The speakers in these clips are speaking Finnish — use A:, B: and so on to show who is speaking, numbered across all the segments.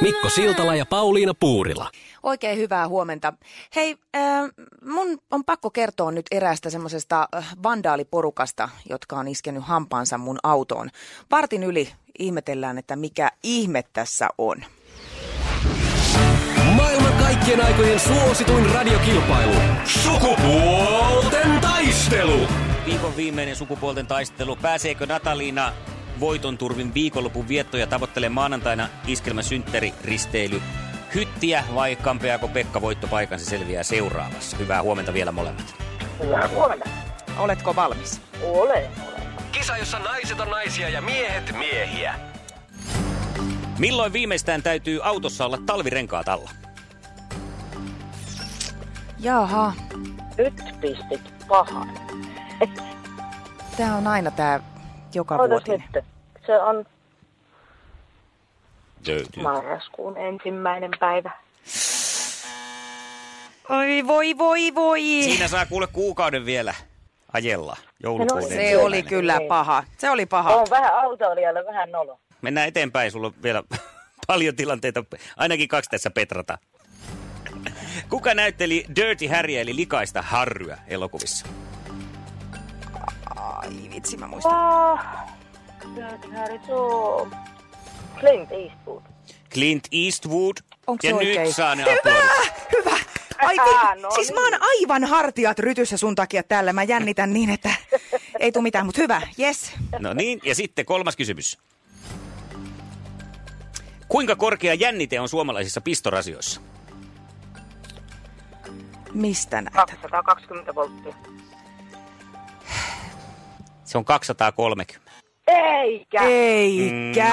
A: Mikko Siltala ja Pauliina Puurila.
B: Oikein hyvää huomenta. Hei, äh, mun on pakko kertoa nyt eräästä semmoisesta äh, vandaaliporukasta, jotka on iskenyt hampaansa mun autoon. Partin yli ihmetellään, että mikä ihme tässä on.
A: Maailman kaikkien aikojen suosituin radiokilpailu. Sukupuolten taistelu.
C: Viikon viimeinen sukupuolten taistelu. Pääseekö Nataliina voiton turvin viikonlopun viettoja tavoittelee maanantaina iskelmä synttäri risteily hyttiä vai kampeako Pekka voittopaikan se selviää seuraavassa. Hyvää huomenta vielä molemmat.
D: Hyvää huomenta.
B: Oletko valmis?
D: Olen, olen.
A: Kisa, jossa naiset on naisia ja miehet miehiä.
C: Milloin viimeistään täytyy autossa olla talvirenkaat alla?
B: Jaha,
D: Nyt pistit pahan.
B: tää on aina tää joka
D: Ootas
B: vuotinen.
D: nyt. Se on
C: Löytyy.
D: marraskuun ensimmäinen päivä.
B: Oi voi voi voi!
C: Siinä saa kuule kuukauden vielä ajella
D: No
C: joulukuun
D: se
B: Se
C: ensimmäinen.
B: oli kyllä paha. Se oli paha.
D: On vähän autoilijalle vähän nolo.
C: Mennään eteenpäin, sulla on vielä paljon tilanteita, ainakin kaksi tässä petrata. Kuka näytteli Dirty Harryä eli likaista Harryä elokuvissa?
B: Ai vitsi, mä muistan.
D: Oh, Dirty tuo. Clint Eastwood.
C: Clint Eastwood.
B: Onks
C: ja
B: se oikein?
C: nyt saa ne aplodit.
B: Äh, Hyvä! Ai,
D: Ää,
B: vi-
D: no
B: siis mä oon aivan hartiat rytyssä sun takia täällä. Mä jännitän niin, että ei tule mitään, mutta hyvä. Yes.
C: No niin, ja sitten kolmas kysymys. Kuinka korkea jännite on suomalaisissa pistorasioissa?
B: Mistä näitä?
D: 220 volttia.
C: Se on 230.
D: Eikä!
B: Eikä.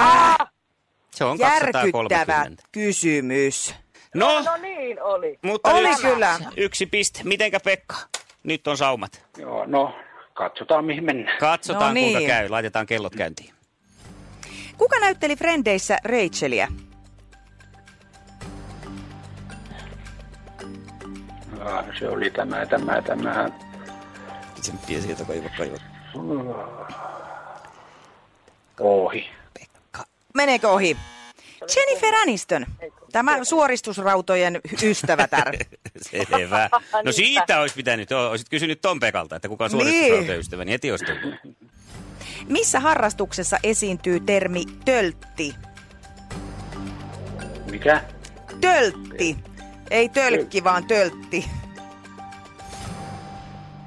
C: Se on
B: Järkyttävä
C: 230.
B: kysymys.
C: No,
D: No niin oli.
C: mutta
B: Oli
C: yksi,
B: kyllä.
C: yksi piste. Mitenkä Pekka? Nyt on saumat.
E: Joo, no katsotaan mihin mennään.
C: Katsotaan
B: No niin.
C: kuinka käy. Laitetaan kellot käyntiin.
B: Kuka näytteli Frendeissä Rachelia?
E: Ah, se oli tämä, tämä, tämä.
C: Sen piesi, jota kaiva kaiva.
E: Ohi.
B: Meneekö ohi? Jennifer Aniston. Tämä suoristusrautojen ystävätär.
C: Selvä. No siitä olisi pitänyt, oo, olisit kysynyt Tom Pekalta, että kuka on
B: Niin.
C: suoristusrautojen ystävä, niin heti olisi tullut.
B: Missä harrastuksessa esiintyy termi töltti?
E: Mikä?
B: Töltti. Ei tölkki, vaan töltti.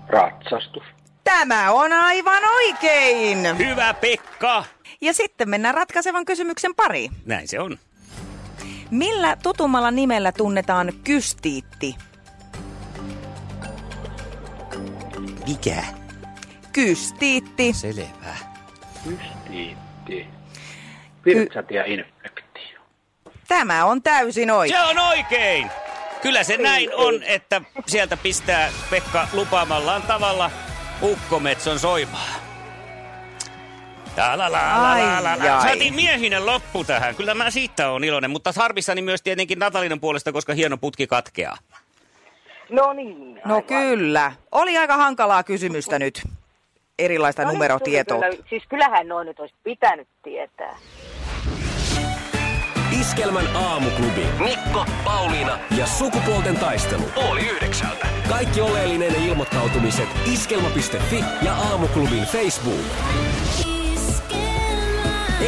E: Ratsastus.
B: Tämä on aivan oikein.
C: Hyvä Pekka!
B: Ja sitten mennään ratkaisevan kysymyksen pariin.
C: Näin se on.
B: Millä tutummalla nimellä tunnetaan kystiitti?
C: Mikä?
B: Kystiitti.
C: Selvä.
E: Ystiitti. Virtsatieinfektio.
B: Tämä on täysin oikein.
C: Se on oikein! Kyllä se näin on, että sieltä pistää Pekka lupaamallaan tavalla ukkometson soimaan.
B: Ai, ai.
C: Talalalalalala. Saatiin miehinen loppu tähän. Kyllä mä siitä on iloinen, mutta harmissani myös tietenkin Natalinan puolesta, koska hieno putki katkeaa.
D: No niin.
B: No
D: aivan.
B: kyllä. Oli aika hankalaa kysymystä nyt. Erilaista
D: No nyt
B: numerotietoa.
D: tuli Kyllä, siis kyllähän noin nyt olisi pitänyt tietää.
A: Iskelmän aamuklubi. Mikko, Pauliina ja sukupuolten taistelu. Oli yhdeksältä. Kaikki oleellinen ilmoittautumiset iskelma.fi ja aamuklubin Facebook.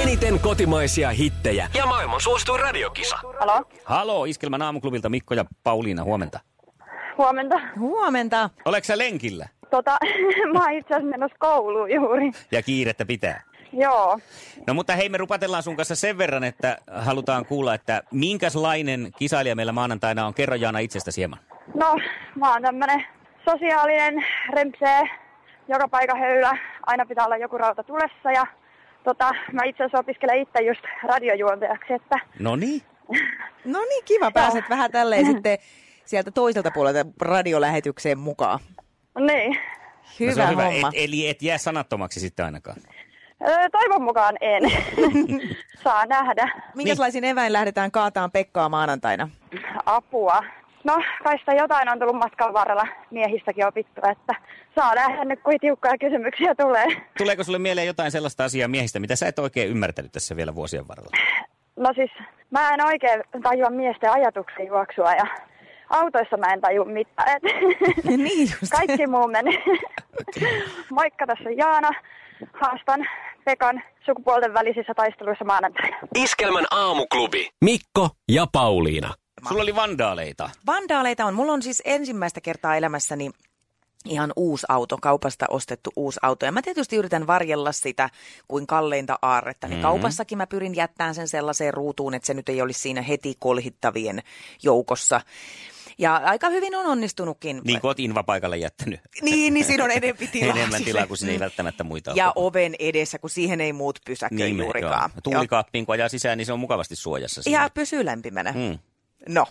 A: Eniten kotimaisia hittejä ja maailman suosituin radiokisa.
D: Halo?
C: Halo, Iskelmän aamuklubilta Mikko ja Pauliina, huomenta.
F: Huomenta.
B: Huomenta.
C: Oletko sä lenkillä?
F: Tota, mä oon itse asiassa menossa kouluun juuri.
C: Ja kiirettä pitää.
F: Joo.
C: No mutta hei, me rupatellaan sun kanssa sen verran, että halutaan kuulla, että minkäslainen kisailija meillä maanantaina on. Kerro Jaana itsestäsi hieman.
F: No, mä oon tämmönen sosiaalinen rempsee, joka paikka höylä. Aina pitää olla joku rauta tulessa ja tota, mä itse asiassa opiskelen itse just radiojuontajaksi, että
C: No niin.
B: No niin, kiva. Pääset vähän tälleen sitten sieltä toiselta puolelta radiolähetykseen mukaan.
F: Niin.
C: No se
B: Hyvä,
C: on
B: no
C: hyvä.
B: homma.
C: Et, eli et jää sanattomaksi sitten ainakaan.
F: Öö, toivon mukaan en. Saa nähdä.
C: niin.
B: Minkälaisin eväin lähdetään kaataan Pekkaa maanantaina?
F: Apua. No, kai sitä jotain on tullut matkan varrella miehistäkin opittua, että saa nähdä nyt, kuin tiukkoja kysymyksiä tulee.
C: Tuleeko sulle mieleen jotain sellaista asiaa miehistä, mitä sä et oikein ymmärtänyt tässä vielä vuosien varrella?
F: No siis, mä en oikein tajua miesten ajatuksen juoksua ja autoissa mä en tajua mitään. Et
B: niin just.
F: kaikki muu meni. Moikka, tässä on Jaana. Haastan Pekan sukupuolten välisissä taisteluissa maanantaina.
A: Iskelmän aamuklubi. Mikko ja Pauliina.
C: Sulla oli vandaaleita.
B: Vandaaleita on. Mulla on siis ensimmäistä kertaa elämässäni ihan uusi auto, kaupasta ostettu uusi auto. Ja mä tietysti yritän varjella sitä kuin kalleinta aarretta.
C: Mm-hmm.
B: Niin kaupassakin mä pyrin jättämään sen sellaiseen ruutuun, että se nyt ei olisi siinä heti kolhittavien joukossa. Ja aika hyvin on onnistunutkin.
C: Niin kuin oot invapaikalle jättänyt.
B: niin, niin siinä on enempi tilaa.
C: Enemmän tilaa kuin sinne ei
B: Mm.
C: välttämättä muita
B: Ja
C: ole.
B: oven edessä, kun siihen ei muut pysäköi
C: me-
B: juurikaan.
C: Niin, joo.
B: Joo.
C: Tuulikaappiin kun ajaa sisään, niin se on mukavasti suojassa. siinä.
B: Ja pysyy lämpimänä.
C: Mm.
B: No,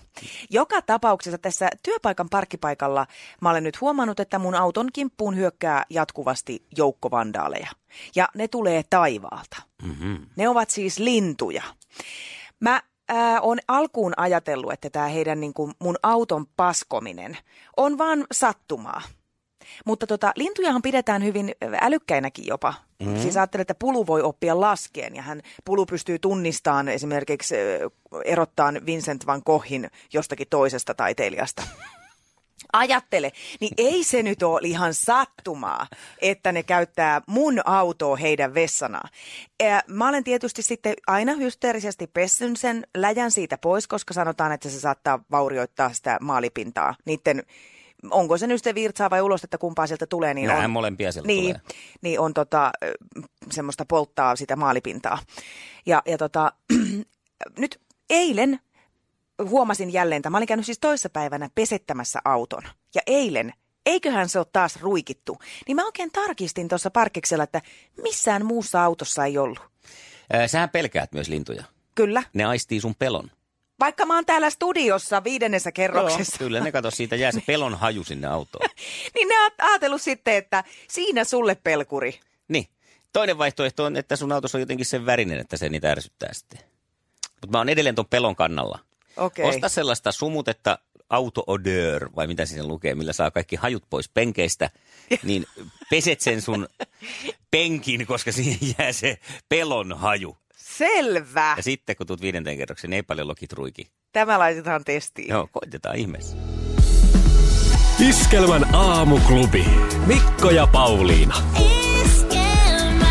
B: joka tapauksessa tässä työpaikan parkkipaikalla mä olen nyt huomannut, että mun auton kimppuun hyökkää jatkuvasti joukko vandaaleja. Ja ne tulee taivaalta.
C: Mm-hmm.
B: Ne ovat siis lintuja. Mä äh, on alkuun ajatellut, että tämä heidän niin kuin mun auton paskominen on vaan sattumaa. Mutta tota, lintujahan pidetään hyvin älykkäinäkin jopa. Mm. Siis ajattelee, että pulu voi oppia laskeen ja hän pulu pystyy tunnistamaan esimerkiksi ö, erottaan Vincent van Goghin jostakin toisesta taiteilijasta. Ajattele, niin ei se nyt ole ihan sattumaa, että ne käyttää mun autoa heidän vessanaan. Ää, Mä olen tietysti sitten aina hysteerisesti pessyn sen läjän siitä pois, koska sanotaan, että se saattaa vaurioittaa sitä maalipintaa. Niiden, onko se nyt sitten virtsaa vai ulostetta, kumpaa sieltä tulee, niin
C: Nämähän
B: on,
C: molempia sieltä
B: niin,
C: tulee.
B: niin on tota, ö, semmoista polttaa sitä maalipintaa. Ja, ja tota, nyt eilen huomasin jälleen, tämän. mä olin käynyt siis toissapäivänä pesettämässä auton. Ja eilen, eiköhän se ole taas ruikittu, niin mä oikein tarkistin tuossa parkkiksella, että missään muussa autossa ei ollut.
C: Ää, Sähän pelkäät myös lintuja.
B: Kyllä,
C: Ne aistii sun pelon.
B: vaikka mä oon täällä studiossa viidennessä kerroksessa.
C: Kyllä, ne kato siitä jää se pelon haju sinne autoon.
B: Niin ne oot ajatellut sitten, että siinä sulle pelkuri.
C: Niin. Toinen vaihtoehto on, että sun autossa on jotenkin sen värinen, että se niitä ärsyttää sitten. Mutta mä oon edelleen ton pelon kannalla.
B: Okei.
C: Okay. Osta sellaista sumutetta auto odeur, vai mitä siinä lukee, millä saa kaikki hajut pois penkeistä, niin peset sen sun penkin, koska siihen jää se pelon haju.
B: Selvä.
C: Ja sitten kun tuut viidenteen kerroksen, niin ei paljon lokit ruiki.
B: Tämä laitetaan testiin.
C: Joo, koitetaan ihmeessä.
A: Iskelmän aamuklubi. Mikko ja Pauliina.
G: Esquema,